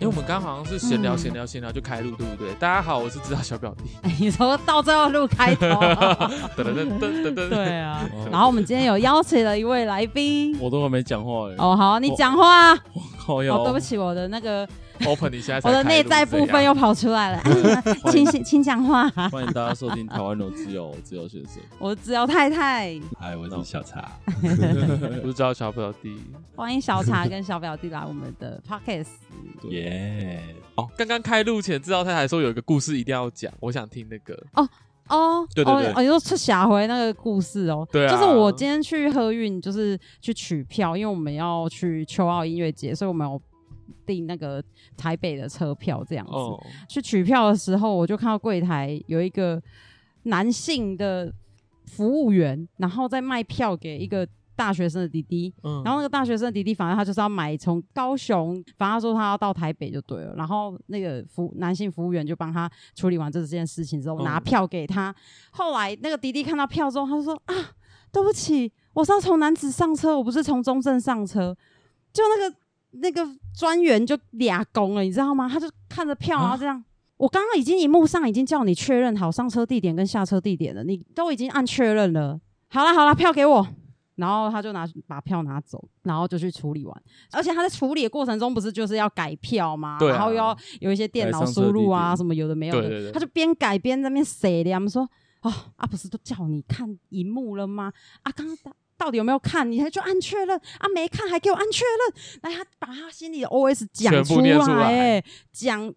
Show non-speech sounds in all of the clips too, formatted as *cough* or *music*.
因为我们刚好像是闲嗯聊闲聊闲聊就开录，对不对？大家好，我是知道小 *laughs* 表弟。你说到最后录开头，噔噔噔噔噔嗯噔。对啊哦。然后我们今天有邀请了一位来宾。我都还没讲话哎、 *laughs* 哦，好，你讲话。靠腰哦，对不起，我的那个 Open 一下，我的内在部分又跑出来了。哎你们 *laughs* 欢请迎请请讲话。欢迎大家收听台湾的自由自由学生，我只有太太，嗨，我是小茶。 *laughs* 不知道小表弟。欢迎小茶跟小表弟来我们的 podcast。耶，哦，刚刚开录前，知道太太说有一个故事一定要讲，我想听那个。哦，对对对哦，哦，你说是霞回那个故事哦，对啊就是我今天去喝运，就是去取票，因为我们要去秋奥音乐节，所以我们有订那个台北的车票这样子。哦，去取票的时候，我就看到柜台有一个男性的服务员，然后在卖票给一个大学生的弟弟。嗯然后那个大学生的弟弟，反正他就是要买从高雄，反正他说他要到台北就对了。然后那个服男性服务员就帮他处理完这件事情之后，嗯拿票给他。后来那个弟弟看到票之后，他就说啊，对不起，我是要从南子上车，我不是从中正上车。就那个那个专员就俩拱了，你知道吗？他就看着票，啊然后这样。我刚刚已经荧幕上已经叫你确认好上车地点跟下车地点了，你都已经按确认了。好啦好啦，票给我。然后他就拿把票拿走，然后就去处理完。而且他在处理的过程中，不是就是要改票吗？对啊然后又要有一些电脑改上车输入地啊，点什么有的没有的。对对对他就边改边在那边塞的，我们说哦啊，不是都叫你看荧幕了吗？啊，刚刚到到底有没有看？你还就按确认啊，没看还给我按确认。来，他把他心里的 OS 讲全出部念出来来，哎，讲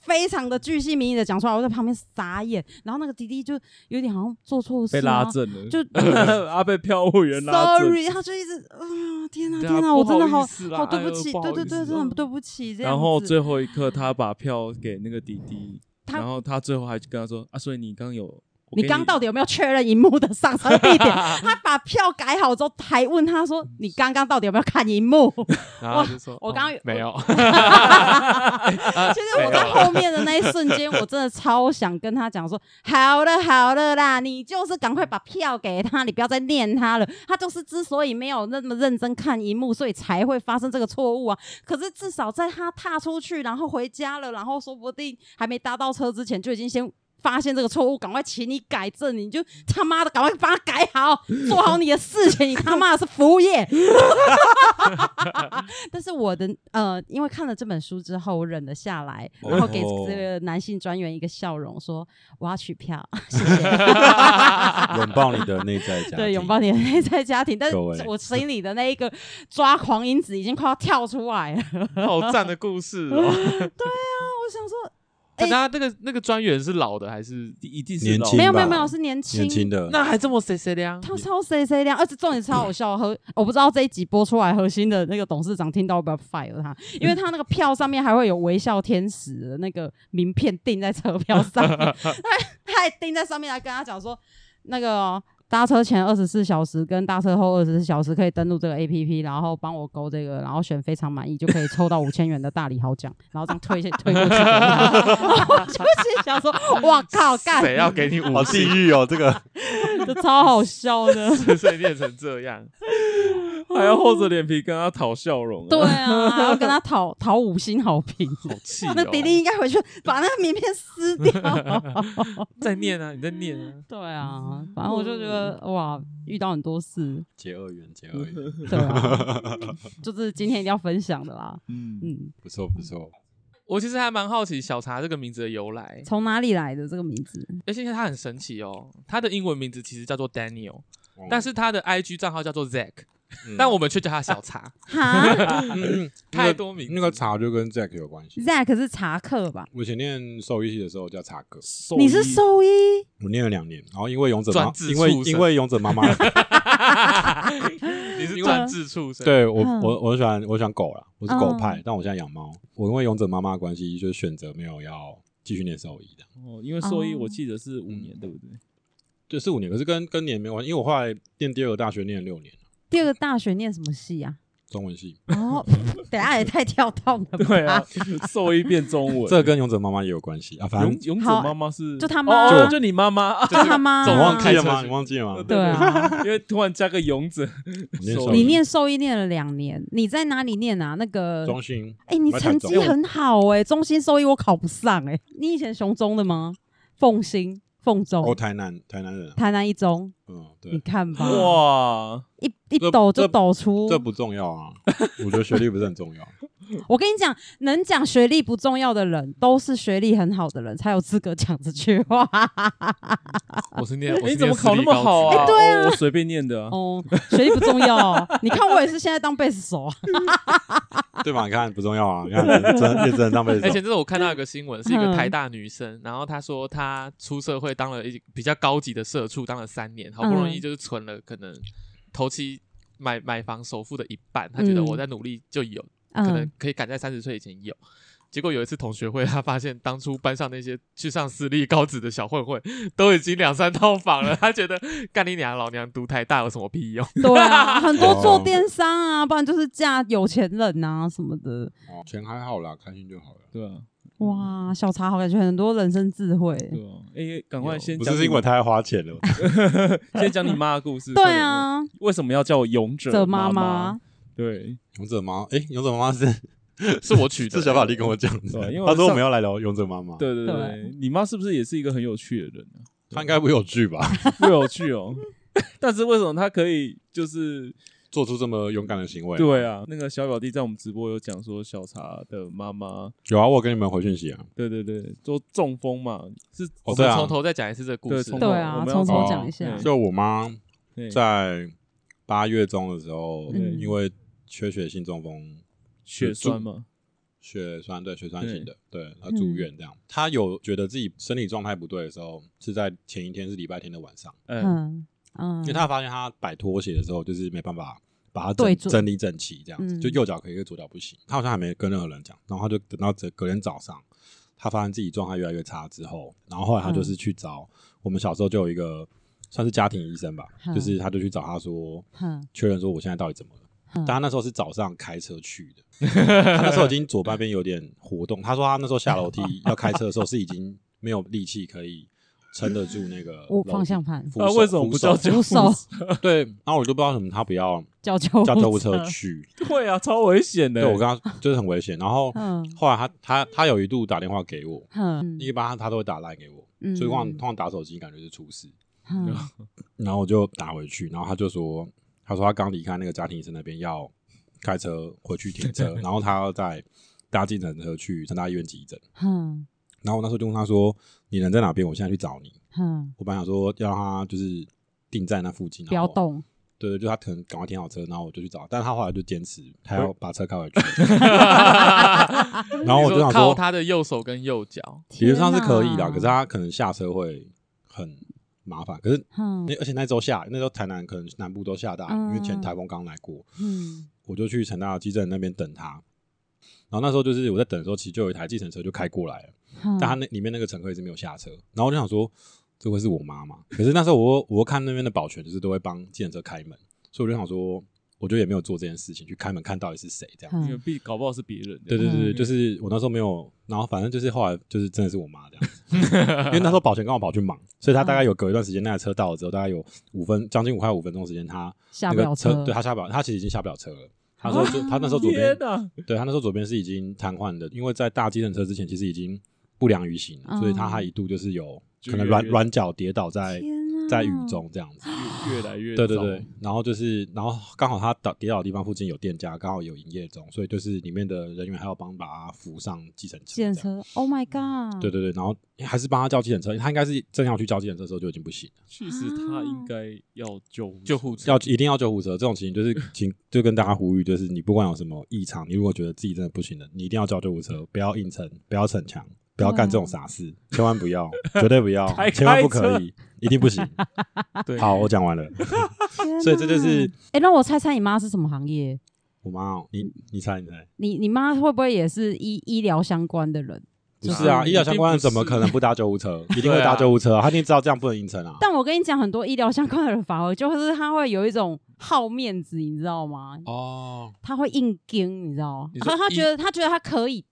非常的巨细靡遗的讲出来，我在旁边傻眼。然后那个弟弟就有点好像做错事、啊，被拉正了， *laughs* 就 *laughs* 啊被票务员拉正， sorry，他就一直啊、天哪、对啊天哪、不我真的好好意思啦好对哎不呦起，不好对对意对，思真的嗯对不起，这样然后子最后一刻他把票给那个弟弟，他然后他最后还跟他说啊，所以你刚有我你给刚到底有没有确认荧幕的上车地 *laughs* 点？他把票改好之后，还问他说：“你刚刚到底有没有看荧幕然后就说，哦我刚刚没有。？” *laughs* 其实我在 *laughs* 后面的那一瞬间，我真的超想跟他讲说：“好了好了啦，你就是赶快把票给他，你不要再念他了。他就是之所以没有那么认真看荧幕，所以才会发生这个错误啊。可是至少在他踏出去，然后回家了，然后说不定还没搭到车之前，就已经先发现这个错误，赶快请你改正，你就他妈的赶快把它改好，做好你的事情，你他妈的是服务 *laughs* 业。但是我的呃，因为看了这本书之后，我忍了下来，然后给哦这个男性专员一个笑容，说我要取票，谢谢。拥抱你的内在家庭，对，拥抱你的内在家庭，但是各位我心里的那一个抓狂因子已经快要跳出来了。 *laughs* 好赞的故事哦！我想说，那哎他那个那个专员是老的还是？一定是年老轻没有吧没有没有，是年轻年轻的，那还这么谁谁凉？他超谁谁亮，而且重点超好笑。核我不知道这一集播出来，核心的那个董事长听到会不会 fire 他，因为他那个票上面还会有微笑天使的那个名片钉在车票上 *laughs* 面，他他还钉在上面来跟他讲说，那个哦、搭车前二十四小时跟搭车后二十四小时可以登录这个 A P P，然后帮我勾这个，然后选非常满意就可以抽到五千元的大礼好奖，然后这样推下推过去给 *laughs* 他， *laughs* 然后我就心想说，哇靠，干谁要给你五好地 *laughs* 星？狱哦，这个这超好笑的。 *laughs* 谁练成这样？ *laughs* 还要厚着脸皮跟他讨笑容、啊，对啊，还要跟他讨讨五星好评。好气哦！那迪迪应该回去把那个名片撕掉。在念啊，你在念啊。 *laughs* 对啊，反正我就觉得哇，遇到很多事，结二元，结二元， *laughs* 对啊，就是今天一定要分享的啦。嗯，嗯，不错不错。我其实还蛮好奇小茶这个名字的由来，从哪里来的这个名字？而且它很神奇哦。它的英文名字其实叫做哦 Daniel，但是它的 IG 账号叫做 Zack，但嗯我们却叫他小茶。哈嗯太多名字 *laughs* 那个茶就跟 Jack 有关系。 ，Zack 是查克吧？我以前念兽医系的时候叫茶哥，你是兽医？我念了两年，然后因为勇者专妈，制因为畜生因为勇者妈妈，你是专制畜生。，对我嗯我我喜欢我喜欢狗啦，我是狗派嗯，但我现在养猫。我因为勇者妈妈的关系，就选择没有要继续念兽医的，哦，因为兽医哦我记得是五年，对不 *laughs* 对？就四五年，可是跟跟年没关系，因为我后来念第二个大学念了六年，第二个大学念什么系啊？中文系，哦，等一下也太跳动了吧？对啊，兽医变中文，这跟勇者妈妈也有关系啊。反勇正勇者好妈妈是就他妈哦就你妈 *laughs* 妈，就他啊妈总你忘记开了车吗？去你忘记了吗？对啊，因为突然加个勇 *laughs* 者，我念兽对医你念兽医念了两年，你在哪里念啊？那个中心，哎、你我在成台绩中很好哎、中心兽医我考不上哎、你以前雄中的吗？凤兴、凤中、哦，台南台南人啊，台南一中，嗯，你对，看吧，哇，一一这抖就这抖出。这不重要啊，我觉得学历不是很重要。我跟你讲，能讲学历不重要的人，都是学历很好的人才有资格讲这句话。我是 *laughs* 念，我哎是你怎么念考那私立么高好职啊？哎对哦我随便念的啊， *laughs* 哦，学历不重要、哦，你看我也是现在当贝斯手啊。对吧？你看不重要啊，你看真的也只能当背而且手。这是我看到一个新闻，是一个嗯台大女生，然后她说她出社会当了一比较高级的社畜，当了三年，好不容易嗯就是存了可能头期买买房首付的一半，她觉得嗯我在努力就有，可能嗯，可以赶在三十岁以前有。结果有一次同学会，她发现当初班上那些去上私立高职的小混混都已经两三套房了，她觉得干你娘老娘读台大有什么屁用？ *laughs* 对 *laughs* 啊，很哦多做电商啊，不然就是嫁有钱人啊什么的。哦钱还好啦，开心就好了。对啊，嗯哇，小茶好感觉很多人生智慧。对啊，哎，赶快先不讲是你，是因为他要花钱了，先讲你妈的故事，对快点，啊，为什么要叫我勇者这妈妈妈？对，勇者妈妈，哎，勇者妈妈是是我取的、欸是小法力跟我讲的对啊因为，我他说我上们要来聊勇者妈妈，，对对对对，你妈是不是也是一个很有趣的人 *laughs* 啊？他应该不有趣吧？ *laughs* 不有趣哦。 *laughs* 但是为什么她可以就是做出这么勇敢的行为，对啊？那个小表弟在我们直播有讲说，小茶的妈妈，有啊，我有跟你们回讯息啊，对对对，都中风嘛，是我哦们对啊从头再讲一次这个故对事从。头对我啊，们要从头从讲一下嗯。就我妈对在八月中的时候，嗯因为缺血性中风，血栓嘛，血栓对血栓型的，对，嗯她住院这样。她有觉得自己身体状态不对的时候，是在前一天是礼拜天的晚上，嗯，嗯嗯，因为她发现她摆拖鞋的时候，就是没办法。把它对整准整理整齐，这样子，嗯就右脚可以，左脚不行。她好像还没跟任何人讲，然后她就等到隔隔天早上，她发现自己状态越来越差之后，然后后来她嗯就是去找、我们小时候就有一个算是家庭医生吧，嗯就是她就去找她说，哼确认说我现在到底怎么了。嗯但他那时候是早上开车去 *laughs* 的，他那时候已经左半边有点活动。他说他那时候 *laughs* 下楼梯要开车的时候是已经没有力气可以撑得住那个我楼梯方向盘扶那手啊为什么不叫扶手救护扶车？对，然后我就不知道为什么他 *laughs* 不要叫救叫救护车车去。对啊，超危险的。对我跟他就是很危险。然后嗯后来他他他有一度打电话给我，哼一般他都会打赖给我，嗯所以通常通常打手机感觉是出事。哼然后我就打回去，然后他就说，他说他刚离开那个家庭医生那边，要开车回去停 *laughs* 车，然后他要再搭计程车去成大医院急诊。哼然后我那时候就问他说：“你人在哪边？我现在去找你。哼”，我本来想说要让他就是定在那附近，不要然后。动，对对，就他可能赶快停好车，然后我就去找他，但是他后来就坚持，他要把车 *laughs* 开回去。然后我就你说想靠说，他的右手跟右脚，理论上是可以天的，哪可是他可能下车会很麻烦。可是哼那而且那周下那时候台南可能南部都下大雨，因为前台风刚来过，嗯我就去成大急诊那边等他。然后那时候就是我在等的时候，其实就有一台计程车就开过来了，哼，但他那里面那个乘客一直没有下车。然后我就想说，这会是我妈妈。可是那时候我又我又看那边的保全就是都会帮计程车开门，所以我就想说，我就也没有做这件事情去开门看到底是谁这样。因为嗯必搞不好是别人的。对对对，嗯就是我那时候没有，然后反正就是后来就是真的是我妈这样子， *laughs* 因为那时候保全刚好跑去忙，所以他大概有隔一段时间，那台车到了之后，大概有五分将近五块五分钟时间，他下那不了个车，哦对他下不了，他其实已经下不了车 *laughs* 了。他说就他那时候左边天，哪，对他那时候左边是已经瘫痪的，因为在搭计程车之前其实已经不良于行了，嗯所以他还一度就是有就可能越软越软脚跌倒在天啊哪在雨中这样子。越越来越对对糟对，，然后就是，然后刚好他倒跌倒的地方附近有店家，刚好有营业中，所以就是里面的人员还要帮把他扶上计程车。计程。车，Oh my god，对对对，然后还是帮他叫计程车，他应该是正要去叫计程车的时候就已经不行了，其实他应该要救救护车要一定要救护车。这种情形就是请就跟大家呼吁，就是你不管有什么异常，你如果觉得自己真的不行了，你一定要叫救护车，不要硬撑，不要逞强，不要干这种傻事，千万不要，绝对不要开，千万不开车可以，一定不行。对好，我讲完了。天所以这就是哪，哎，让我猜猜你妈是什么行业？我妈哦，你你猜你猜，你你妈会不会也是医医疗相关的人？不是啊，就是医疗相关的一定不是怎么可能不搭救护车？一定对会啊搭救护车啊，他一定知道这样不能硬撑啊。但我跟你讲，很多医疗相关的人反而就是他会有一种好面子，你知道吗？哦，他会硬盯，你知道吗你？说他他医觉得他觉得他可以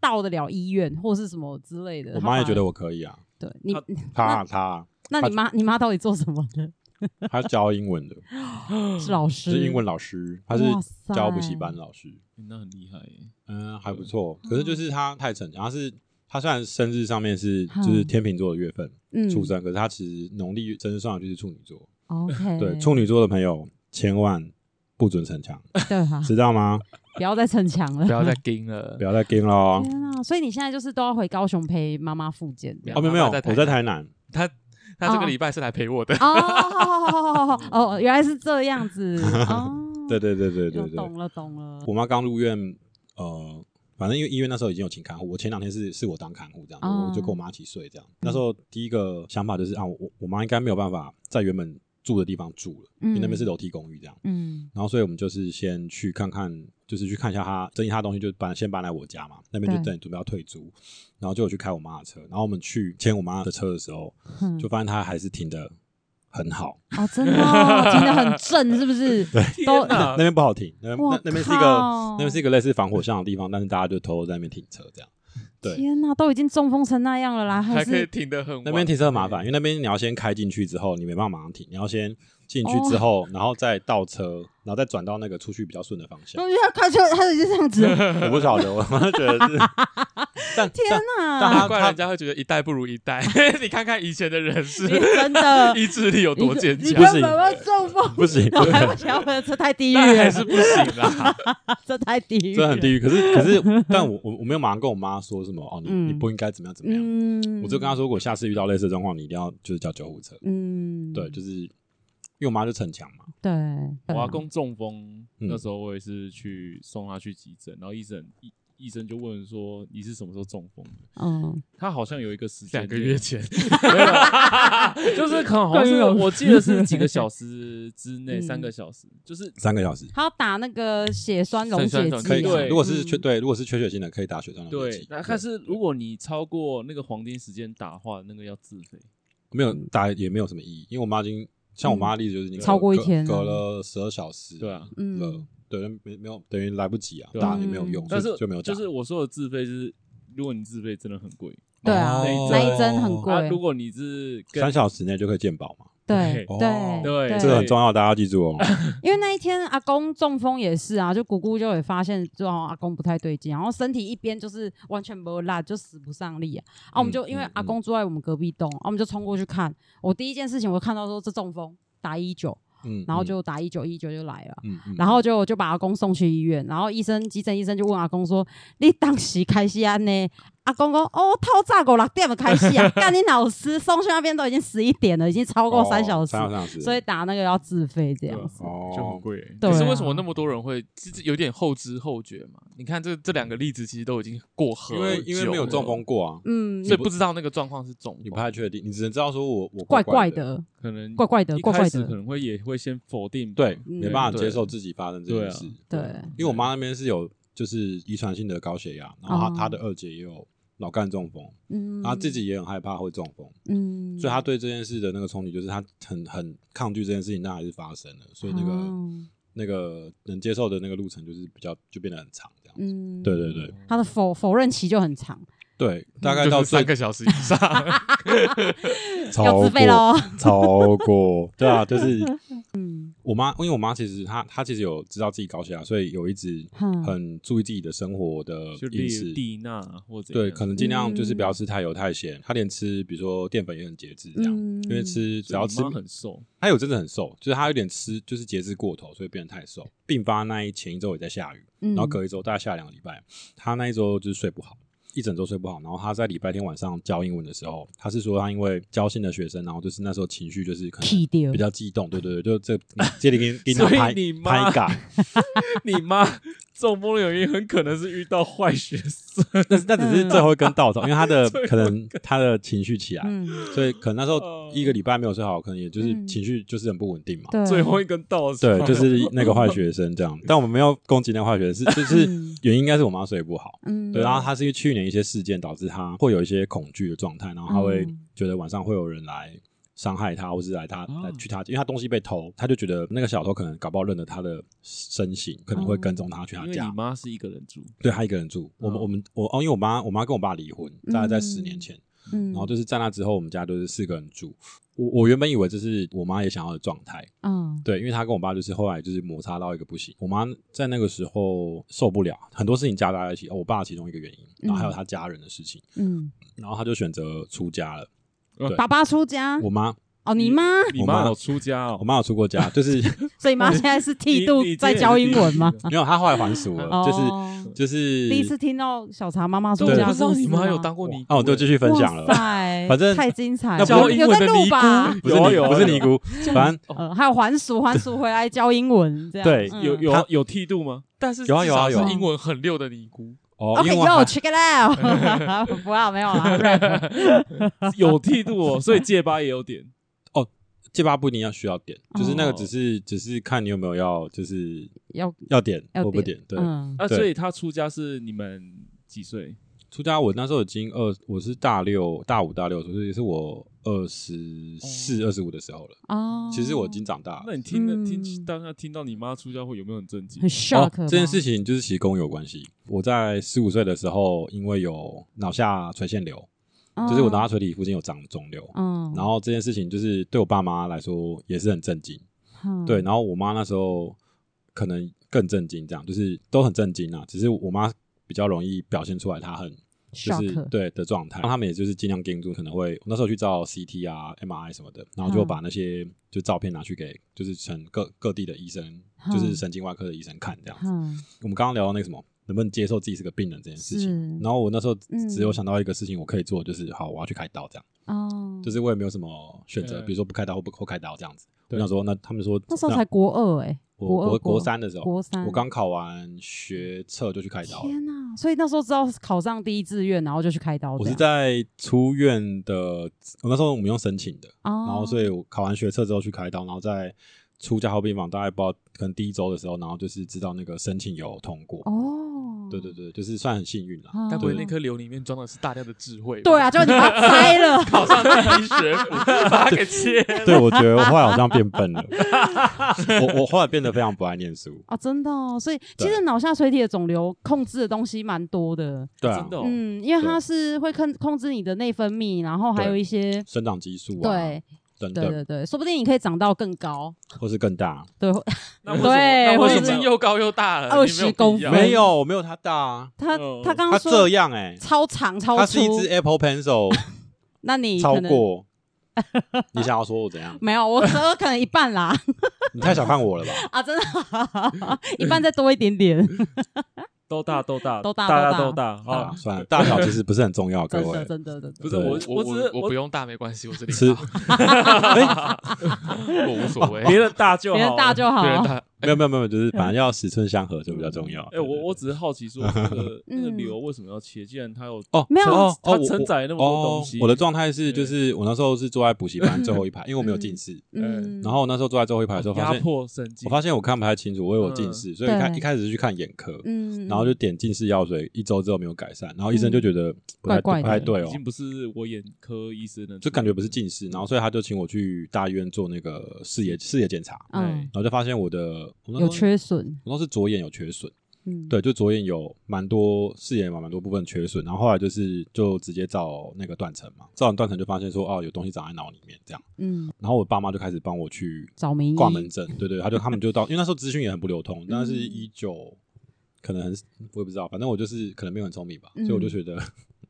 到得了医院或是什么之类的。我他妈也反觉而得我可以啊，对你，她啊她啊那你妈你妈到底做什么的？她教英文的，是老是师，英文老师，她是哇塞教补习班老师，欸那很厉害耶，嗯，还不错。可是就是她太逞强，她是她虽然生日上面是就是嗯天秤座的月份嗯出生，可是她其实农历真正算的就是处女座。 OK，对，处女座的朋友千万不准逞强，对 *laughs* 啊，知道吗？不要再逞强了，不要再盯了 *laughs* 不。要再哦跟喽。天啊！所以你现在就是都要回高雄陪妈妈复健这样哦，没有没有，妈妈在台我在南台南，他他这哦个礼拜是来陪我的，哦，好好好好好好哦，原来是这样子哦。 *laughs* 对对对对对又对。懂了懂了。我妈刚入院，呃，反正因为医院那时候已经有请看护，我前两天是是我当看护这样，哦我就跟我妈一起睡这样。那嗯时候第一个想法就是啊，我我妈应该没有办法在原本住的地方住了，因为那边是楼梯公寓这样。嗯然后所以我们就是先去看看，就是去看一下她整理她的东西，就搬先搬来我家嘛，那边就对等准备要退租，然后就有去开我妈的车，然后我们去牵我妈的车的时候，嗯就发现她还是停的很好，哦，真的哦听得很正，是不 *laughs* 是？都那边不好停，那边我那那边是一个啊靠那边是一个类似防火巷的地方，但是大家就偷偷在那边停车这样。对，天啊哪，都已经中风成那样了啦， *laughs* 还可以哦是停得很晚那边停车很麻烦，因为那边你要先开进去之后，你没办法马上停，你要先进去之后，哦然后再倒车，然后再转到那个出去比较顺的方向 *laughs* 我。觉得快就他已经这样 *laughs* 子了，我不晓得，我我觉得 *laughs* 是，但天但哪！他难怪人家会觉得一代不如一代。 *laughs* 你看看以前的人是真的， *laughs* *laughs* 意志力有多坚你强不，根是本要中风但，不行，我还不想要，这太地狱 *laughs* 但还了，是不行啦。这太地狱，这很地。狱。可是可是，但我我我没有马上跟我妈说什么哦，你嗯你不应该怎么样怎么样。嗯，我就跟她说，如果下次遇到类似的状况，你一定要就是叫救护车。嗯，对，就是因为我妈就逞强嘛，对，我对阿啊公中风，嗯那时候我也是去送他去急诊，然后医生医医生就问说你是什么时候中风的？嗯，他好像有一个时间两点，个月前，没 *laughs* 有，就是可能好像是更有我记得是几个 *laughs* 小时之内，嗯三个小时，就是三个小时。他要打那个血栓溶解血栓剂溶啊，解可以剂打，对如果是缺嗯对，如果是缺血性的，可以打血栓溶解对剂。。那但是如果你超过那个黄金时间打的话，那个要自费。没有打也没有什么意义，因为我妈已经像我妈的例子就是已嗯经超过一隔天了隔了十二小时，对啊，了嗯，，对，那没没有等于来不及啊，对啊打也没有用，但所以是就没有打，就是我说的自费是，如果你自费真的很贵，对啊，哦那一针很啊，贵，如果你是跟三小时内就可以健保嘛，对哦对对这个很重要，大家要记住哦。因为那一天阿公中风也是啊，就姑姑就也发现，就好像阿公不太对劲，然后身体一边就是完全没力，就使不上力啊。啊，我嗯们就因为阿公住在我们隔壁栋，啊，我们就冲过去看。我第一件事情，我就看到说这中风，打一九，嗯， *laughs* 然后就打一九一九就来了。嗯，嗯然后就就把阿公送去医院，然后医生急诊医生就问阿公说：“你当时开始安呢？”阿公说：“哦，透早五六点就开始啊，干你老师送去那边都已经十一点了，已经超过三小时，哦三小时，所以打那个要自费这样子。哦，啊就很贵、欸。对啊可是为什么那么多人会其实有点后知后觉嘛？你看这这两个例子其实都已经过很因久了为因为没有中，风过啊，嗯，所以不知道那个状况是中你不风。太确定，你只能知道说我我怪怪怪，的，可能怪怪的，一怪开怪始可的，能会也会先否定吧，对，嗯没办法对接受自己发生这啊件事，对，因为我妈那边是有就是遗传性的高血压，然后她哦她的二姐也有脑干中风，嗯，她啊自己也很害怕会中风。嗯，所以他对这件事的那个冲击，就是他很很抗拒这件事情，但还是发生了，所以那个、哦那个能接受的那个路程就是比较就变得很长，这样。嗯，对对对他的否否认期就很长，对，大概就到是最三个小时以 *laughs* 上，要自费喽。超过，对 *laughs* 啊，就是嗯我妈，因为我妈其实她她其实有知道自己高血压，所以有一直嗯很注意自己的生活的就饮例食如。蒂娜啊或者对，可能尽量就是不嗯要吃太油太咸，她连吃比如说淀粉也很节制，这样，嗯因为吃只要吃所以你妈很瘦，他有真的很瘦，就是他有点吃，就是节制过头，所以变得太瘦。病发那一前一周也在下雨，嗯然后隔一周大概下两个礼拜，他那一周就是睡不好，一整周睡不好。然后他在礼拜天晚上教英文的时候，他是说他因为教新的学生，然后就是那时候情绪就是可气能掉 *laughs* 比较激动，对对对，就这接着给你给你所以拍啊你妈拍嘎，你妈中风的原因很可能是遇到坏学生，那那只是最后一根稻草，因为 *laughs* 他的可能他的情绪起来，嗯，哦所以可能那时候一个礼拜没有睡好，可能也就是嗯情绪就是很不稳定嘛。对，最后一根稻草， *laughs* *laughs* 对，就是那个坏学生这样。但我们没有攻击那个坏学生，是就是嗯原因应该是我妈睡不好。嗯，对，然后她是因为去年一些事件导致她会有一些恐惧的状态，然后她会嗯觉得晚上会有人来伤害她，或是来她哦来去她，因为她东西被偷，她就觉得那个小偷可能搞不好认得她的身形，可能会跟踪她去她哦因为家你。妈是一个人住，对她一个人住，我们哦我们我哦，因为我妈我妈跟我爸离婚，大概在十嗯年前，嗯，然后就是在那之后，我们家就是四个人住。我我原本以为这是我妈也想要的状态，嗯对，因为她跟我爸就是后来就是摩擦到一个不行。我妈在那个时候受不了，很多事情夹杂在一起，哦，我爸其中一个原因，然后还有她家人的事情，嗯，然后她就选择出家了。爸爸出家我妈哦，你 *laughs* 妈，你我妈妈有出家哦我，妈有出过家，就是 *laughs* 所以妈现在是剃度你你在教英文吗？没有，她后来还俗了，就是哦就是第一次听到小茶妈妈出对家我的故不事吗，过尼欸啊，我就继续分享哇了。塞反正太精彩了，那不有是有在录吧？不是尼有啊有啊不是有啊尼 *laughs* 姑，反正呃，还有还俗，还俗回来教英文，这样哦对嗯有她有有剃度吗？但是有啊有啊至有少啊是英文很溜的尼姑，哦，OK，因为我哟还，check it out，不 *laughs* 要没有啦，rap，有剃度哦， *laughs* 所以戒疤也有点。戒疤不一定要需要点，就是那个哦只是只是看你有没有要，就是要要点要或不点。对，嗯啊，对所以他出家是你们几岁？出家我那时候已经二，我是大六、大五、大六的时候，所以也是我二十四、二十五的时候了。哦，其实我已经长大了那。你听的嗯听当下听到你妈出家会有没有很震惊很？哦 shock，这件事情就是其实跟我有关系。我在十五岁的时候，因为有脑下垂腺瘤，吧就是我脑下，垂体附近有长肿瘤，哦嗯，然后这件事情就是对我爸妈来说也是很震惊。嗯对，，然后我妈那时候可能更震惊，这样就是都很震惊啊。只是我妈比较容易表现出来，她很就是 shock，对的状态，然后他们也就是尽量盯住，可能会我那时候去照 CT 啊、MRI 什么的，然后就嗯把那些就照片拿去给就是全各各地的医生，就是嗯神经外科的医生看这样子。嗯，我们刚刚聊到那个什么，能不能接受自己是个病人这件事情？是，然后我那时候只有嗯想到一个事情，我可以做的就是好，我要去开刀这样，哦，就是我也没有什么选择，嗯比如说不开刀或不或开刀这样子。我对想说，那他们说那时候才国二哎，国我二国国国三的时候，国三我刚考完学测就去开刀了。天哪！所以那时候知道考上第一志愿，然后就去开刀这样。我是在出院的，我那时候我们用申请的，哦，然后所以我考完学测之后去开刀，然后在出加护病房，大概不知道可能第一周的时候，然后就是知道那个申请有通过，哦，对对对，就是算很幸 *laughs* 运啦。哦，该不会那对颗瘤里面装的是大量的智慧？，对啊，，就你把它 *laughs* 摘了考上第一学府，把它 *laughs* 给切了。对，我觉得我后来好像变笨了，我我后来变得非常不爱念书，啊，真的哦。所以其实脑下垂体的肿瘤控制的东西蛮多的，对啊真，的哦，嗯，因为它是会控控制你的内分泌，然后还有一些。生长激素啊，对等对等，对对，说不定你可以长到更高，或是更大，对，那为什么对那或我者已是经又高又大了， 20你没有必公要分没有没有他大啊，他嗯他刚刚他说这样哎，超长超他是一粗支，Apple Pencil 那你超可能 *laughs* 过，你想要说我怎样？没有，我可能可能一半啦 *laughs* 你太小看我了吧？啊，真的一半再多一点嗯点，都大都大都大大都都大啊，啊！算了，大小其实不是很重要，各哦真的位。真的真的，不是对我，我只是我不用大没关系，我是吃领 *laughs* 导， *laughs* 我无所谓，别人大就好，别人大就好别，人大 *laughs* 没有没有没有，嗯就是反正要尺寸相合就比较重要。哎，我我只是好奇 *laughs* 说，那个那个嗯瘤为什么要切？既然它有哦没有啊哦它哦，承载那么多东西我的状态对是，就是我那时候是坐在补习班最后一排，因为我没有近视，嗯，然后那时候坐在最后一排的时候，发压现迫嗯神经我，发现我看不太清楚，我有近视，所以一开对一开始是去看眼科，嗯，然后就点近视药水，一周之后没有改善，然后医生就觉得不怪太嗯怪不的太对已哦经。不是我眼科医生的，就感觉不是近视，然后所以他就请我去大医院做那个视野视野检查，嗯然后就发现我的我那时候有缺损，我都是左眼有缺损，嗯，对，就左眼有蛮多视野嘛，蛮多部分缺损，然后后来就是就直接照那个断层嘛，照完断层就发现说哦有东西长在脑里面这样，嗯，然后我爸妈就开始帮我去找名医挂门诊，对对，他就他们就到，因为那时候资讯也很不流通，那是嗯一九可能很我也不知道，反正我就是可能没有很聪明吧，所以我就嗯觉得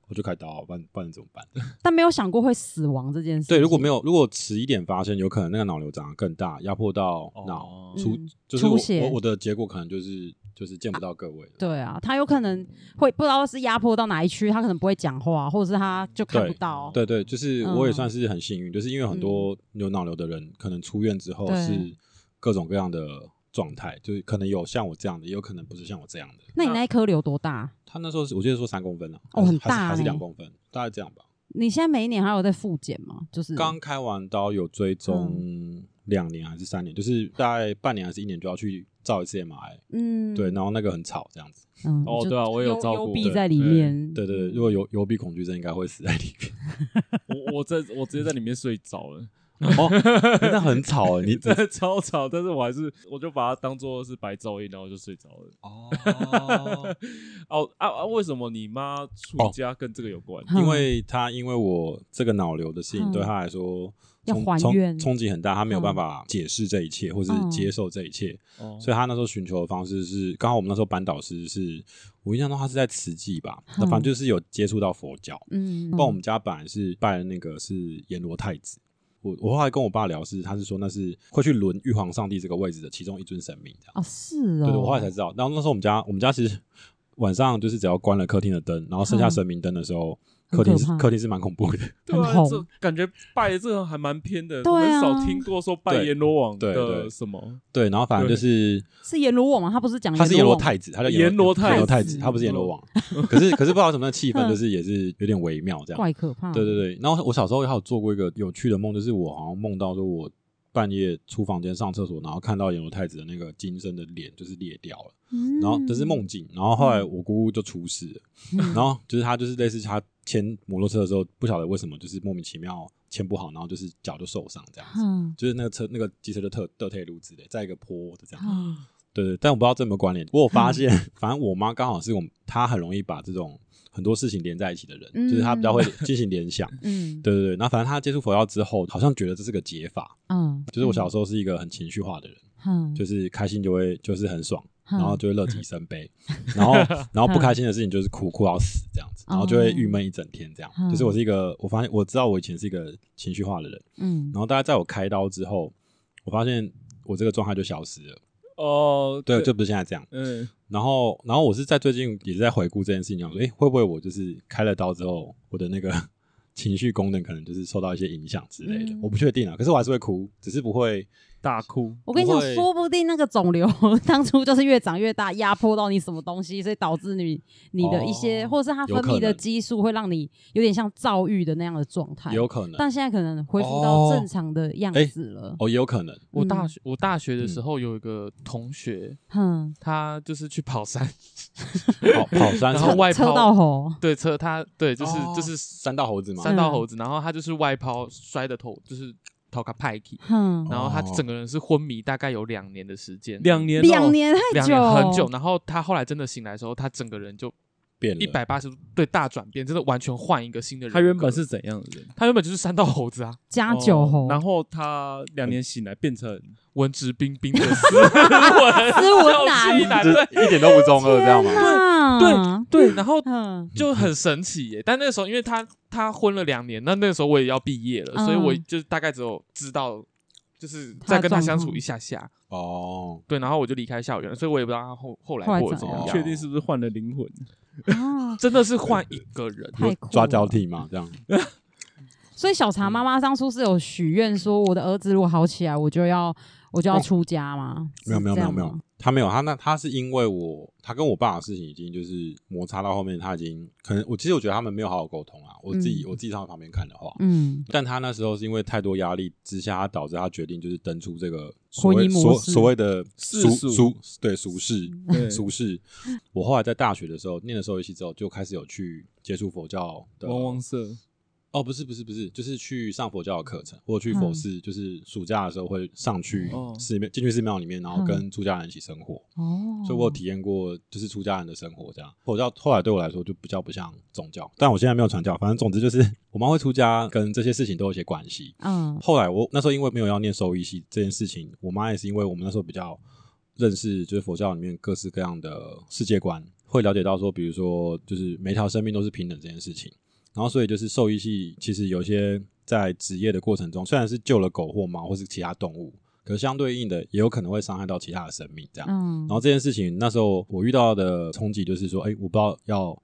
我就开刀，不然不然怎么办？但没有想过会死亡这件事情。对，如果没有，如果迟一点发现，有可能那个脑瘤长得更大，压迫到脑哦出，嗯就是出我血我我的结果可能就是就是见不到各位了。对啊，他有可能会不知道是压迫到哪一区，他可能不会讲话，或者是他就看不到。对对，就是我也嗯算是很幸运，就是因为很多有脑瘤的人，可能出院之后对是各种各样的状态，就是可能有像我这样的，也有可能不是像我这样的。那你那一颗瘤多大？他那时候是我记得说三公分啊，哦很大还是还是欸两公分，大概这样吧。你现在每一年还有在复检吗？就是刚开完刀有追踪嗯两年还是三年，就是大概半年还是一年就要去照一次 MRI，、嗯，对，然后那个很吵这样子。嗯，哦就对啊我也有幽照幽顾闭对在里对面，对对对，如果有有鼻恐惧症，应该会死在里面。我我在我直接在里面睡着 *laughs* 了，哦，那很吵 *laughs* 欸，你真的超吵，但是我还是我就把它当做是白噪音，然后就睡着了。哦，哦啊啊！为什么你妈出哦家跟这个有 *laughs* 关？哼因为他因为我这个脑瘤的事情嗯对他来说要冲还冲愿冲击很大，他没有办法解释这一切，或是嗯接受这一切，哦所以他那时候寻求的方式是，刚好我们那时候班导师是我印象中他是在慈济吧，那嗯反正就是有接触到佛教。嗯，不然我们家本来是拜的那个是阎罗太子，我我后来跟我爸聊是，他是说那是会去轮玉皇上帝这个位置的其中一尊神明这样。哦是哦，对对，我后来才知道。然后那时候我们家，我们家其实晚上就是只要关了客厅的灯，然后剩下嗯神明灯的时候，很客厅可是怕客厅是蛮恐怖的。对啊很，红这感觉拜的这个还蛮偏的，对很啊少听过说拜阎罗王对对的对什么。对，然后反正就是是阎罗王吗？他不是讲他嗯是阎阎罗王嗯太子，他叫阎罗太太子太子，他不是阎罗王。可是可是不知道为什么那气氛就是也是有点微妙这样。怪可怕，对对对，然后我小时候还有做过一个有趣的梦，就是我好像梦到说我半夜出房间上厕所，然后看到阎罗太子的那个金身的脸就是裂掉了，嗯，然后这是梦境，然后后来我姑姑就出事了。嗯， *laughs* 然后就是他就是类似他牵摩托车的时候，不晓得为什么就是莫名其妙牵不好，然后就是脚就受伤这样子，嗯 *laughs* 就是那个车那个机车就特特退路之类，在一个坡的这样。嗯对对，但我不知道这有没有关联。我有发现， *laughs* 反正我妈刚好是我们，她很容易把这种很多事情连在一起的人，就是她比较会进行联想。嗯对对对，那反正她接触佛教之后，好像觉得这是个解法。嗯，就是我小时候是一个很情绪化的人，嗯，就是开心就会就是很爽，嗯然后就会乐极生悲，*laughs* 然后然后不开心的事情就是哭哭到死这样子，然后就会郁闷一整天这样哦嗯。就是我是一个，我发现我知道我以前是一个情绪化的人，嗯然后大家在我开刀之后，我发现我这个状态就消失了，哦，对，就不是现在这样。嗯，然后然后我是在最近也是在回顾这件事情，想说，诶，会不会我就是开了刀之后，我的那个 *laughs* 情绪功能可能就是受到一些影响之类的，嗯我不确定啊，可是我还是会哭，只是不会。大哭。我跟你讲不，会说不定那个肿瘤 *laughs* 当初就是越长越大，压迫到你什么东西，所以导致你你的一些，哦或者是它分有可泌能的激素会让你有点像躁郁的那样的状态也。有可能但现在可能恢复到哦正常的样哎子了。哦，也有可能。我大嗯学我大学的时候有一个同学，哼，他就是去跑山，跑跑山是然后吗外车抛到喉，对车他对就是哦就是山道猴子嘛，三道猴子，然后他就是外抛摔的头就是头卡派克，哼，然后他哦整个人是昏迷大概有两年的时间，两年哦，两年太两久，年很久，，然后他后来真的醒来的时候，他整个人就变了一百八十度对大转变，真的完全换一个新的人格。他原本是怎样的人？他原本就是三道猴子啊，加九哦喉，然后他两年醒来变成文质彬彬 *laughs* 的斯文斯 *laughs* 文少气男，男，对一点都不中二，知道吗？啊对，对，然后 *laughs* 嗯，就很神奇耶。但那时候因为他他昏了两年，那那时候我也要毕业了，嗯所以我就大概只有知道，就是再跟他相处一下下，哦，对，然后我就离开校园了，所以我也不知道他后后来过得怎么后来怎么样，样确定是不是换了灵魂？啊，真的是换一个人。太酷了抓交替嘛，这样所以小嗯茶妈妈当初是有许愿说，我的儿子如果好起来，我就要我就要出家吗？哦没有没有是这没有样没有吗，，他没有他那他是因为我他跟我爸的事情已经就是摩擦到后面，他已经可能我其实我觉得他们没有好好沟通啊，我自己、嗯我自己站在旁边看的话，嗯但他那时候是因为太多压力之下，他导致他决定就是登出这个所婚谓姻模所式所谓的世俗俗俗对俗世对俗世。我后来在大学的时候念了社会系之后，就开始有去接触佛教的汪汪社哦，不是不是不是，就是去上佛教的课程，或者去佛嗯寺，就是暑假的时候会上去哦寺庙，进去寺庙里面，然嗯后跟出家人一起生活，哦，所以我有体验过就是出家人的生活这样。佛教后来对我来说就比较不像宗教，但我现在没有传教，反正总之就是 *laughs* 我妈会出家，跟这些事情都有一些关系。嗯后来我那时候因为没有要念兽医系这件事情，我妈也是因为我们那时候比较认识，就是佛教里面各式各样的世界观，会了解到说，比如说就是每条生命都是平等这件事情。然后所以就是兽医系其实有些在职业的过程中，虽然是救了狗或猫或是其他动物，可是相对应的也有可能会伤害到其他的生命这样。嗯然，后这件事情那时候我遇到的冲击就是说，哎，我不知道要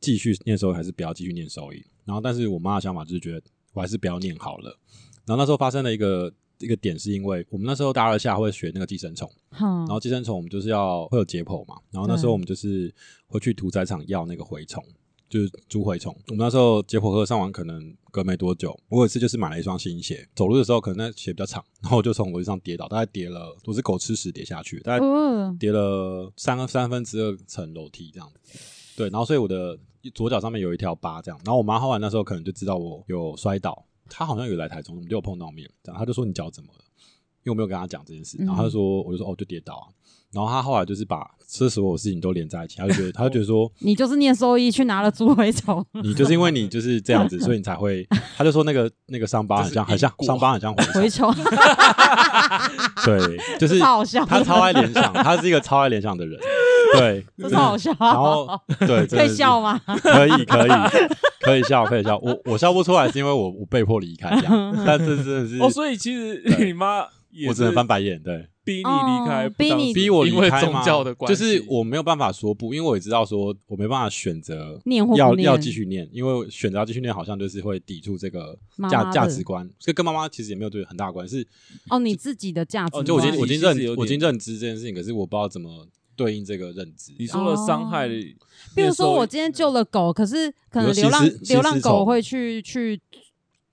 继续念兽医还是不要继续念兽医。然后，但是我妈的想法就是觉得我还是不要念好了。然后那时候发生了一个一个点是因为我们那时候大二下会学那个寄生虫，然然后寄生虫我们就是要会有解剖嘛，然后那时候我们就是会去屠宰场要那个蛔虫，就是猪蛔虫。我们那时候解剖课上完，可能隔没多久，我有一次就是买了一双新鞋，走路的时候可能那鞋比较长，然后我就从楼梯上跌倒，大概跌了，我是狗吃屎跌下去，大概哦跌了三三分之二层楼梯这样子。对，然后所以我的左脚上面有一条疤这样，然后我妈后来那时候可能就知道我有摔倒，她好像有来台中，我们就有碰到面，这样她就说你脚怎么了？因为我没有跟她讲这件事，然嗯后她就说我就说哦就跌倒啊，然后她后来就是把这所有事情都连在一起，她就觉得她就觉得 *laughs* 说你就是念兽医去拿了猪蛔 *laughs* 虫，你就是因为你就是这样子，所以你才会，她就说那个那个伤疤很像很像伤疤很像蛔虫蛔，虫 *laughs* 对，就是超好笑的，她超爱联想，她是一个超爱联想的人，对，这超好笑，然后对，真 *laughs* 可的以是笑吗？可以可以 *laughs* 可以笑可以笑，我我笑不出来是因为我我被迫离开这样，但这真的是，哦，所以其实对你妈也我只能翻白眼，对，逼你离开，哦不当逼你逼我离开因为吗宗教的关系就是我没有办法说不，因为我也知道说我没办法选择念或不要念要继续念，因为选择要继续念好像就是会抵触这个妈妈价的价值观，这跟妈妈其实也没有对很大关系，哦，你自己的价值观，是哦就我已妈经我已经其实有认点我已经认知这件事情，可是我不知道怎么对应这个认知。你说了伤害，比比如说我今天救了狗，可是可能比流如浪吸食流浪吸食狗虫会去去，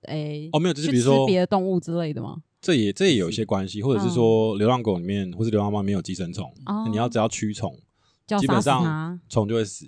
诶，哦，没有，就是去比如吃说别的动物之类的吗？这也这也有一些关系，或者是说流浪狗里面或是流浪猫里面有寄生虫，哦你要只要驱虫，就要基杀本死它上。虫就会死。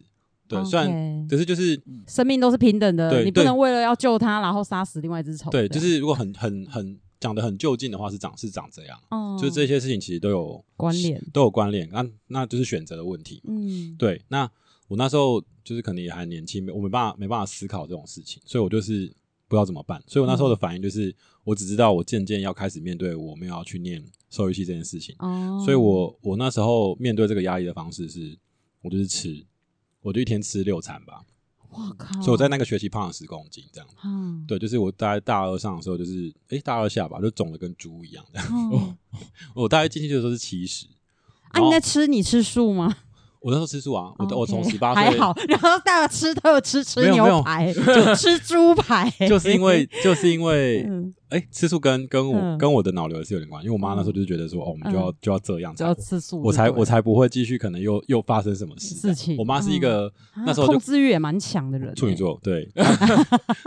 对，哦 OK 嗯虽然可是就是生命都是平等的，对你不对能为了要救它，然后杀死另外一只虫。对，这就样，是如果很很很讲的很就近的话，是长是长这样，哦就是这些事情其实都有关联都有关联。那那就是选择的问题。嗯，对，那我那时候就是可能也还年轻，没我没办法没办法思考这种事情，所以我就是不知道怎么办。所以我那嗯时候的反应就是，我只知道我渐渐要开始面对我没有要去念兽医系这件事情。哦，所以我我那时候面对这个压力的方式是，我就是吃，我就一天吃六餐吧。我靠，所以我在那个学期胖了十公斤这样。 *laughs* 嗯，对，就是我大概大二上的时候，就是诶、大二下吧，就肿的跟猪一样这样。 *laughs* 哦我大概进去的时候是七十，啊，你在吃你吃素吗？我那时候吃素啊，我哦我从 OK，十八还岁，好， *laughs* 然后大家吃都有吃吃没有没牛有 *laughs* 排，就吃猪排，就是因为就是因为欸 *laughs* 嗯诶、吃素跟跟我、嗯跟我的脑瘤也是有点关系，因为我妈那时候就是觉得说，哦，我们就要、嗯就要这 *laughs* 样只才要。吃素就对了，我才我才不会继续，可能又又发生什么事这样事情我妈是一个、啊那时候就控制欲也蛮强的人欸，处女座，对， *laughs*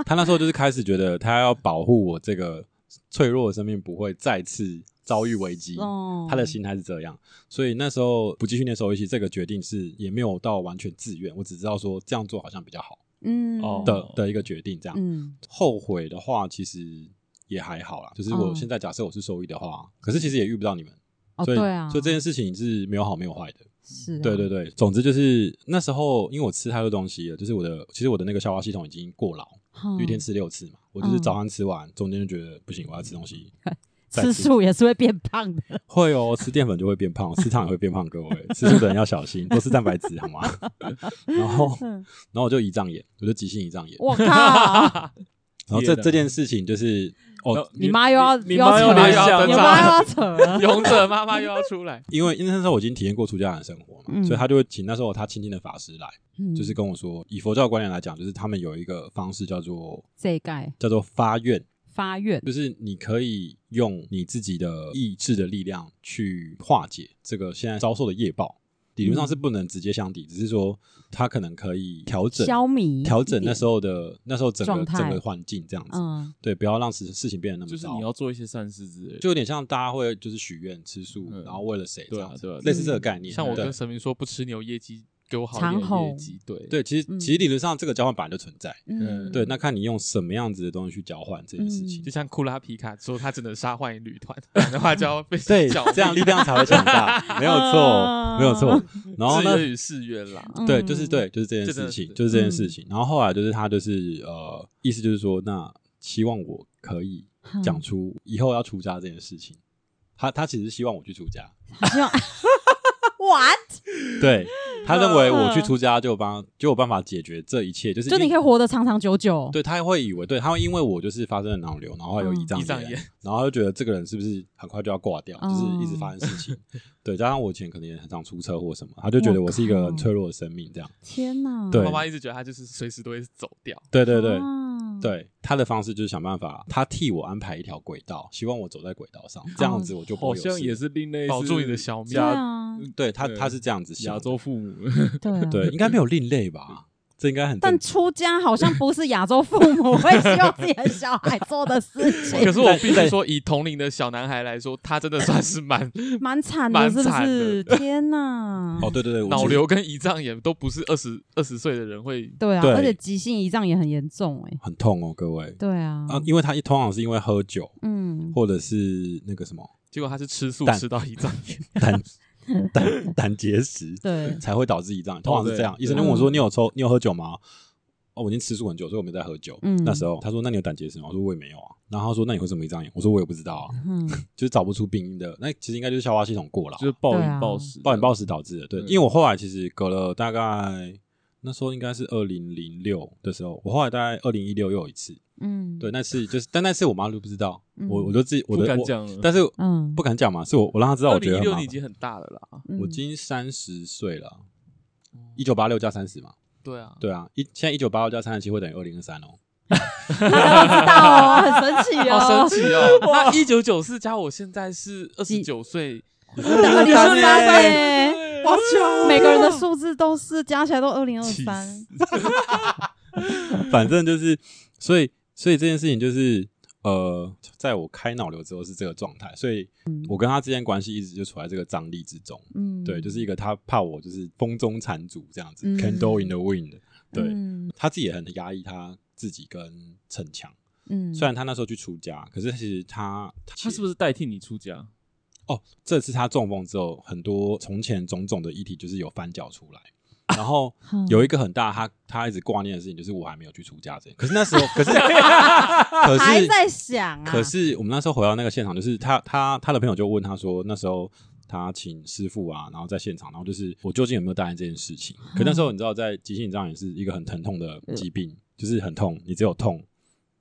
他那时候就是开始觉得他要保护我这个脆弱的生命不会再次遭遇危机，哦，他的心态是这样，所以那时候不继续念兽医系这个决定是也没有到完全自愿，我只知道说这样做好像比较好嗯哦的、的一个决定，这样、嗯后悔的话其实也还好啦，就是哦我现在假设我是兽医的话，可是其实也遇不到你们，哦所以对啊，所以这件事情是没有好没有坏的。是啊对对对，总之就是那时候，因为我吃太多东西了，就是我的，其实我的那个消化系统已经过劳，嗯一天吃六次嘛，我就是嗯早上吃完，中间就觉得不行，我要吃东西，再吃吃素也是会变胖的， *laughs* 会哦，吃淀粉就会 *laughs* 变胖，吃糖也会变胖，各位吃素的人要小心，多吃蛋白质好 *laughs* 吗？然后，嗯然后我就胰脏炎，我就急性胰脏炎，我靠，然后这这件事情就是哦，，你妈又要你又要妈扯又来了，想你妈又要扯了，勇者妈妈又要出来 *laughs* 因为因为那时候我已经体验过出家人生活嘛，嗯所以他就会请那时候他亲近的法师来，嗯就是跟我说，以佛教观念来讲，就是他们有一个方式叫做这一盖叫做发愿。发愿就是你可以用你自己的意志的力量去化解这个现在遭受的业报，嗯理论上是不能直接相抵，只是说它可能可以调整、消弭调整那时候，候的那时候整状个态整个环境这样子，嗯对，不要让事事情变得那么就是糟你要做一些善事之类的，就有点像大家会就是许愿吃素，嗯然后为了谁这对啊样子，对啊类似这个概念。像我对跟神明说不吃牛业绩，给我好长一点虹业绩，对，对，其实、嗯其实理论上这个交换本来就存在，嗯，对，那看你用什么样子的东西去交换这件事情。嗯就像库拉皮卡说他只能杀坏旅 *laughs* 团，不然的话就要被对，剿这样力量才会强 *laughs* 大，没有啊错，没有错。然后灭呢制，约与誓约啦。对，就是嗯，对，就是这件这真事的情是，就是这件事情。然后后来就是他就是呃，意思就是说，那希望我可以嗯讲出以后要出家这件事情。他他其实希望我去出家，希 *laughs* 望 what 对他认为我去出家就有帮就有办法解决这一切，就是就你因可以活得长长久久，对他会以为对他会因为我就是发生了脑瘤，然后还有嗯胰脏胰脏炎炎，然后他就觉得这个人是不是很快就要挂掉，就是哦一直发生事情。对，加上我以前可能也很常出车祸什么，他就觉得我是一嗯个很脆弱的生命这样。天哪，对妈妈一直觉得他就是随时都会走掉，对对对，啊嗯哦，对他的方式就是想办法，他替我安排一条轨道，希望我走在轨道上，这样子我就哦不好会有事。像也是另类似保住你的小命对亚啊，对他，对他是这样子想亚的。洲父母，对啊， *laughs* 对，应该没有另类吧？这应该很但正出家好像不是亚洲父母会希望自己的小孩做的 *laughs* 事情，可是我必须说，以同龄的小男孩来说，他真的算 *laughs* 是蛮蛮惨的，蛮是不惨是？天哪！哦，对对对，我脑是瘤跟胰脏炎都不是二十二十岁的人会对啊，对而且急性胰脏也很严重哎、很痛哦，各位对啊，啊，因为他一通常是因为喝酒嗯，或者是那个什么结果他是吃素但吃到胰脏 *laughs* 炎，胆胆胆结石对，才会导致胰脏炎，通常是这样。哦对医生就问我说：“嗯你有抽，你有喝酒吗？”哦，我已经吃素很久，所以我没在喝酒。嗯那时候他说：“那你有胆结石吗？”我说：“我也没有啊。”然后他说：“那你会什么胰脏炎？”我说：“我也不知道啊，嗯，就是找不出病因的。那其实应该就是消化系统过劳，就是暴对啊饮暴食，暴饮暴食导致的。对，嗯因为我后来其实隔了大概那时候应该是二零零六的时候，我后来大概二零一六又有一次，嗯，对，，那次就是，但那次我妈就不知道，嗯我我就自己我不的敢我讲了但是嗯，不敢讲嘛，是我我让她知道，二我觉零得一很六麻你已烦经很大了啦。嗯啊我 *laughs* 已经三十岁了，哦一九八六加三十嘛，对啊，对啊，一现在一九八六加三十七会等于二零二三哦，不知道哦，很神奇 *laughs* 好哦神，奇哦！那一九九四加我现在是二十九岁，二零二三耶，好哦巧每个人的数字都是加起来都二零二气三死，反正就是，所以所以这件事情就是呃，在我开脑瘤之后是这个状态，所以我跟她之间关系一直就处在这个张力之中，嗯，对，就是一个她怕我就是风中残烛这样子嗯，candle in the wind，对嗯她自己也很压抑她自己跟逞强。嗯，虽然他那时候去出家，可是其实他他他是不是代替你出家？哦？这次他中风之后，很多从前种种的议题就是有翻搅出来。然后嗯有一个很大他他一直挂念的事情，就是我还没有去出家这件。可是 *laughs* 那时候，可是可还是在想啊，可是我们那时候回到那个现场，就是他他他的朋友就问他说，那时候他请师傅啊，然后在现场，然后就是我究竟有没有答应这件事情？可那时候你知道，在急性胰脏炎是一个很疼痛的疾病，就是很痛，你只有痛，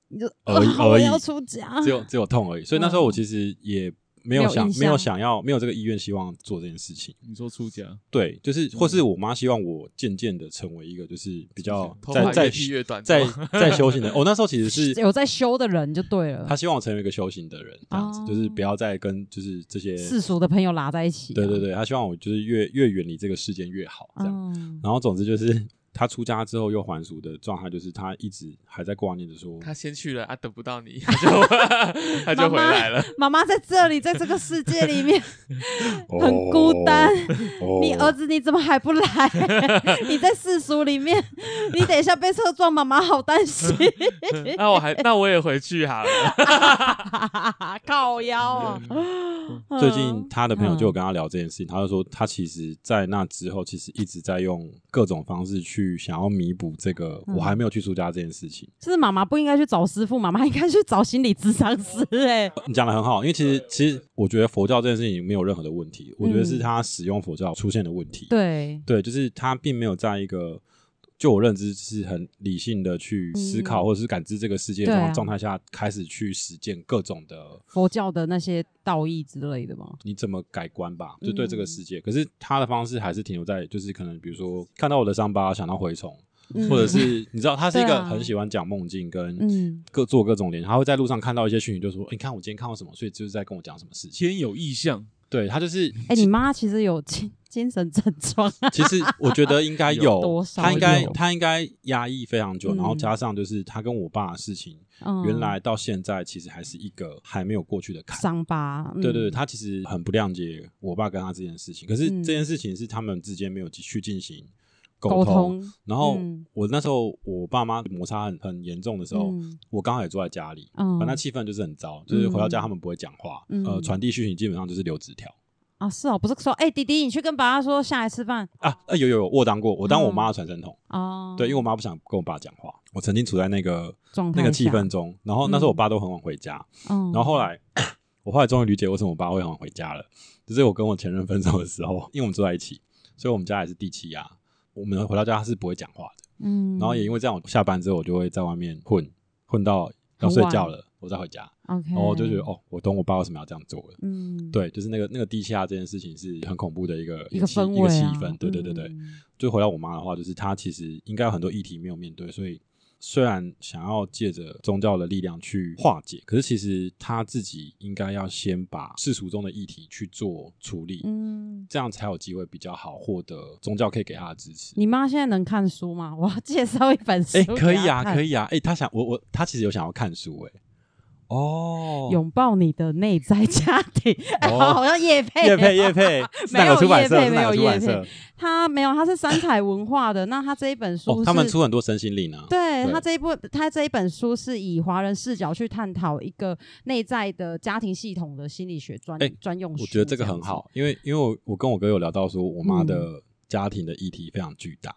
你就而已哦我而已要出家，只有只有痛而已。所以那时候我其实也没有嗯没有想印象没有想要没有这个意愿，希望做这件事情。你说出家，对，就是或嗯是我妈希望我渐渐的成为一个就是比较头在发在越剃越短， *laughs* 在在修行的。哦我、那时候其实是有在修的人就对了她，希望我成为一个修行的人，这样子、哦啊就是不要再跟就是这些。世俗的朋友拉在一起啊，对对对，她希望我就是越越远离这个世间越好，这样。嗯，然后总之就是 *laughs* 她出家之后又还俗的状态，就是她一直还在挂念着说，他先去了啊，等不到你，他就 *laughs* 他就回来了。妈妈在这里，在这个世界里 *laughs* 面很孤单。哦你儿子你怎么还不来？ *laughs* 你在世俗里面，你等一下被车撞，妈妈好担心。那我还那我也回 *laughs* 去好了。 *laughs* 靠腰啊！嗯嗯最近他的朋友就有跟他聊这件事情，他就说他其实，在那之后，其实一直在用各种方式去想要弥补这个嗯我还没有去出家这件事情。就是妈妈不应该去找师傅，妈妈应该去找心理咨商师、哎，你讲的很好，因为其实其实我觉得佛教这件事情没有任何的问题，我觉得是他使用佛教出现的问题。嗯对，对，就是他并没有在一个就我认知是很理性的去思考嗯或者是感知这个世界对啊的状态下，开始去实践各种的佛教的那些道义之类的嘛。你怎么改观吧，就对这嗯个世界。可是他的方式还是停留在，就是可能比如嗯说看到我的伤疤想到蛔虫，嗯或者是你知道他是一对个啊很喜欢讲梦境跟嗯，各做各种联想，他会在路上看到一些讯息，就说诶你看我今天看到什么，所以就是在跟我讲什么事情。天有异象，对他就是，哎、你妈其实有精精神症状，其实我觉得应该 *laughs* 有有多，少他应该有他应该压抑非常嗯久，然后加上就是他跟我爸的事情，嗯、 *laughs* 原来到现在其实还是一个还没有过去的坎。伤疤，嗯对对对，他其实很不谅解我爸跟他这件事情，可是嗯这件事情是他们之间没有继续进行沟沟通。通，然后嗯我那时候我爸妈摩擦很很严重的时候，嗯我刚好也住在家里，嗯反正那气氛就是很糟，就是回到家他们不会讲话，嗯呃，传递讯息基本上就是留纸条。啊，是哦，不是说，哎、弟弟，你去跟爸爸说下来吃饭啊，呃有有有，我当过，我当嗯我妈的传声筒，哦。对，因为我妈不想跟我爸讲话，我曾经处在那个状态那个气下氛中，然后那时候我爸都很晚回家，嗯，然后后来我后来终于理解为什么我爸会很晚回家了，就是我跟我前任分手的时候，因为我们住在一起，所以我们家也是地契啊。我们回到家他是不会讲话的，嗯，然后也因为这样，我下班之后我就会在外面混，混到要睡觉了，我再回家。 OK，然后我就觉得，哦，我懂我爸为什么要这样做了。嗯，对，就是那个那个地下这件事情是很恐怖的一个一个气氛一个围气啊，氛。对对对对，嗯就回到我妈的话，就是她其实应该有很多议题没有面对，所以虽然想要借着宗教的力量去化解，可是其实他自己应该要先把世俗中的议题去做处理，嗯，这样才有机会比较好获得宗教可以给他的支持。你妈现在能看书吗？我要介绍一本书哎、给她看，可以啊，可以啊，哎、他想我我他其实有想要看书哎、哦，拥抱你的内在家庭，哎，哦好 *laughs* 好像叶佩叶佩叶 *laughs* 佩是哪个出版社？没有业配是哪个出版没有社业？他没有，他是三彩文化的。那他这一本书哦是，，他们出很多身心灵啊。对对他这一部，他这一本书是以华人视角去探讨一个内在的家庭系统的心理学专、哎专用书。我觉得这个很样子。好，因为因为我我跟我哥有聊到说，我妈嗯的家庭的议题非常巨大。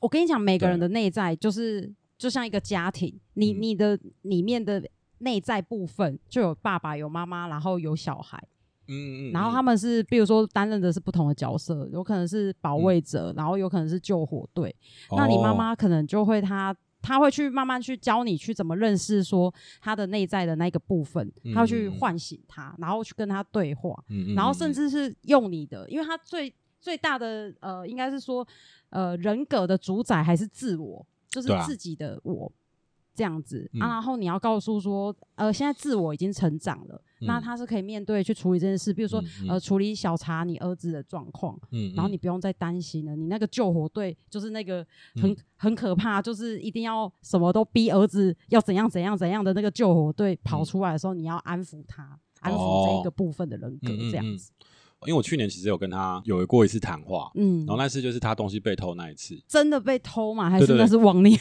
我跟你讲，每个对人的内在就是就像一个家庭，你嗯你的里面的内在部分就有爸爸、有妈妈，然后有小孩。嗯然后他们是，比如说担任的是不同的角色，有可能是保卫者，然后有可能是救火队。那你妈嗯哦妈可能就会她。她会去慢慢去教你去怎么认识说她的内在的那个部分，她会去嗯唤醒她，然后去跟她对话，嗯嗯然后嗯甚至是用你的，因为她最最大的呃，应该是说呃人格的主宰还是自我，就是对啊自己的我、这样子、嗯啊。然后你要告诉说，呃，现在自我已经成长了，那嗯他是可以面对去处理这件事，比如说、嗯嗯呃处理小查你儿子的状况，嗯然后你嗯不用再担心了。你那个救火队就是那个很、嗯很可怕，就是一定要什么都逼儿子要怎样怎样怎样的那个救火队跑嗯出来的时候，你要安抚他，安抚这一个哦部分的人格嗯嗯这样嗯子。因为我去年其实有跟他有过一次谈话，嗯，，然后那次就是他东西被偷那一 *laughs* 次真的被偷吗？还对是对那对是妄 *laughs* 念？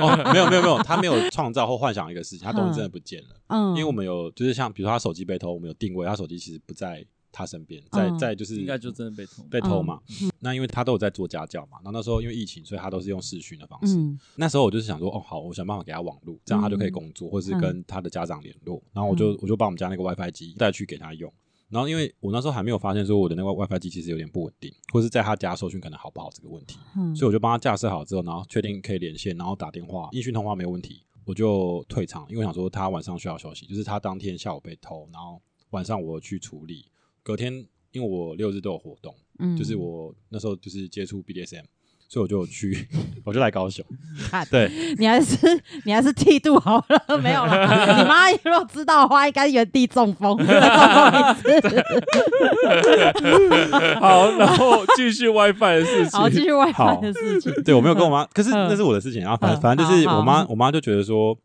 哦，没有没有没有，他没有创造或幻想一个事情，他东西真的不见了，嗯，因为我们有就是像比如说他手机被偷，我们有定位，他手机其实不在他身边，在嗯在就是应该就真的被捅。被偷嘛，那因为他都有在做家教嘛，然后那时候因为疫情，所以他都是用视讯的方式，嗯那时候我就是想说，哦，好，我想办法给他网络，这样他就可以工作，或是跟他的家长联络。然后我就我就把我们家那个 WiFi 机带去给他用。然后因为我那时候还没有发现说我的那个 WiFi 机其实有点不稳定，或是在他家收讯可能好不好这个问题，嗯，所以我就帮他架设好之后，然后确定可以连线，然后打电话，音讯通话没有问题，我就退场，因为我想说他晚上需要休息，就是他当天下午被偷，然后晚上我去处理，隔天因为我六日都有活动，嗯就是我那时候就是接触 BDSM，所以我就 *laughs* 去我就来高雄，看对。你还是你还是剃度好了，没有了。你妈如果知道的话，应该原地中风，中风 *laughs* 一次。 *laughs* 好，然后继续 WiFi 的事情。 *laughs* 好，继续外好翻的事情。对我没有跟我妈，可是嗯那是我的事情啊。反嗯正反正就是好好我妈好，我妈就觉得说，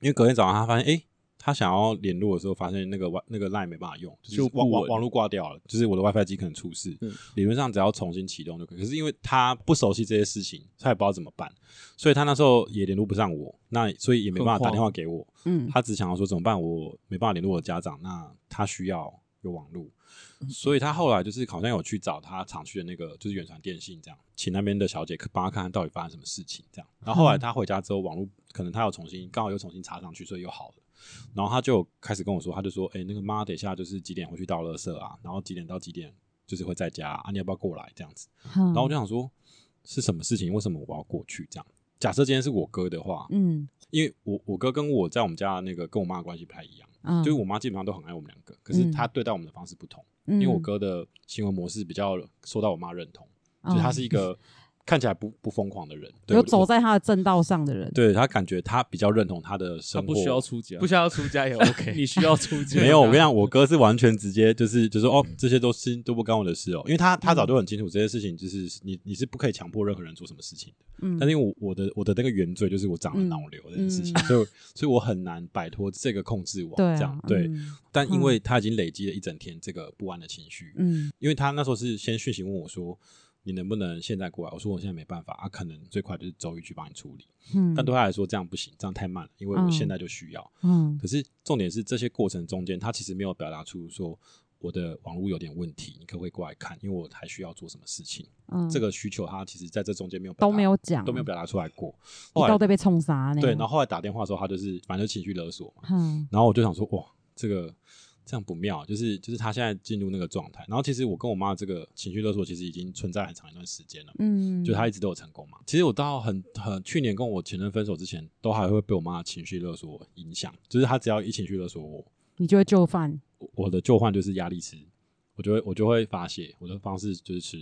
因为隔天早上她发现，诶，她想要联络的时候，发现那个 Wi- 那个 line 没办法用，就是就不网网稳网络挂掉了，就是我的 WiFi 机可能出事嗯。理论上只要重新启动就可以，可是因为她不熟悉这些事情，她也不知道怎么办，所以她那时候也联络不上我，那所以也没办何法打况电话给我。嗯，他只想要说怎么办，我没办法联络我的家长，那他需要有网络，所以他后来就是好像有去找他常去的那个就是远传电信这样，请那边的小姐帮他看看到底发生什么事情这样。然后后来他回家之后，网络可能他又重新刚好又重新插上去，所以又好了。然后他就开始跟我说，他就说，哎、那个妈，等一下就是几点回去倒垃圾啊，然后几点到几点就是会在家啊，啊你要不要过来这样子？然然后我就想说，是什么事情？为什么我要过去这样？假设今天是我哥的话，嗯因为我我哥跟我在我们家的那个跟我妈的关系不太一样，嗯，就是我妈基本上都很爱我们两个，可是她对待我们的方式不同，因因为我哥的行为模式比较受到我妈认同，就是他是一个看起来不不疯狂的人，哦对嗯有我走在他的正道上的人。对他感觉他比较认同他的他生活，不需要出啊家，不需要出 *laughs* 家也 OK。你需要出家。没有，我跟你讲，我哥是完全直接就是就说哦，嗯这些都是都不干我的事哦，因为他他嗯早就很清楚这些事情，就是你你是不可以强迫任何人做什么事情的。嗯但是因为我我的我的那个原罪就是我长了脑瘤这件事情，嗯所以所以我很难摆脱这个控制网对啊这样对。嗯但因为他已经累积了一整天这个不安的情绪，嗯因为他那时候是先讯息问我说。你能不能现在过来？我说我现在没办法啊，可能最快就是周一去帮你处理。嗯，但对他来说这样不行，这样太慢了，因为我嗯现在就需要。嗯可是重点是这些过程中间，他其实没有表达出说我的网络有点问题，你可不可以过来看？因为我还需要做什么事情。嗯这个需求他其实在这中间没有表都达没有讲，都没有表达出来过。一后到来都被冲杀呢。对，然后后来打电话的时候，他就是反正就情绪勒索嘛。嗯然后我就想说，哇，这个这样不妙，啊就是就是他现在进入那个状态。然后其实我跟我妈这个情绪勒索其实已经存在很长一段时间了。嗯，就他一直都有成功嘛。其实我到很很去年跟我前任分手之前，都还会被我妈的情绪勒索影响，就是他只要一情绪勒索我，你就会就范。我的旧患就是压力吃，我就会我就会发泄，我的方式就是吃，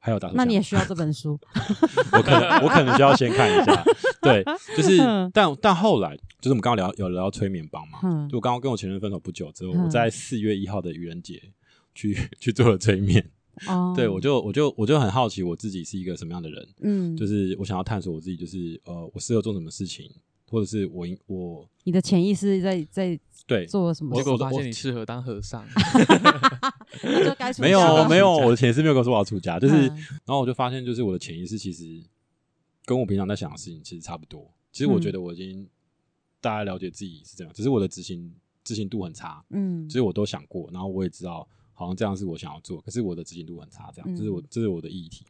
还有打手那枪你也需要这本书，我可能我可能需要先看一 *laughs* 下，对，就是但但后来就是我们刚刚聊有聊到催眠帮嘛，嗯就我刚刚跟我前任分手不久之后，嗯我在四月一号的愚人节去 *laughs* 去做了催眠，哦，对我就我就我就很好奇我自己是一个什么样的人，嗯，就是我想要探索我自己，就是呃我适合做什么事情，或者是我应我你的潜意识在在对做什么结事？果我我发我现你适合当和 *laughs* 尚，那就该出没家有了没有，我的潜意识没有跟我说我要出家，就是、嗯然后我就发现，就是我的潜意识其实跟我平常在想的事情其实差不多。其实我嗯觉得我已经大概了解自己是这样，只是我的执行执行度很差，嗯其实我都想过，然后我也知道好像这样是我想要做，可是我的执行度很差，这样嗯这是我这是我的议题。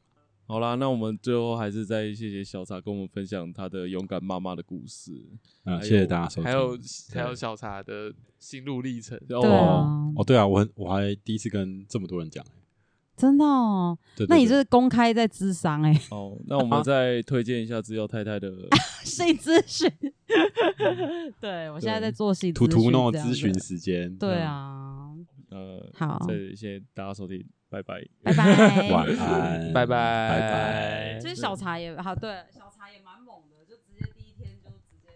好啦，那我们最后还是再谢谢小茶跟我们分享他的勇敢妈妈的故事。嗯，还谢谢有大家收听。还有还有对小茶的心路历程，哦对啊哦哦，对啊，我很我还第一次跟这么多人讲欸，真的哦，对对那你对就是公开在智商哎，哦，那我们再推荐一下资料太太的性咨询， *laughs* 对我现在在做性图图弄弄咨询，嗯时间，对啊，呃， *laughs* 好再谢谢大家收听，拜拜。拜拜，嗯，晚。安，拜拜拜拜。其实小茶也好，对，小茶也蛮猛的，就直接第一天就直接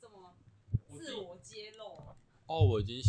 这么自我揭露。哦，我已经。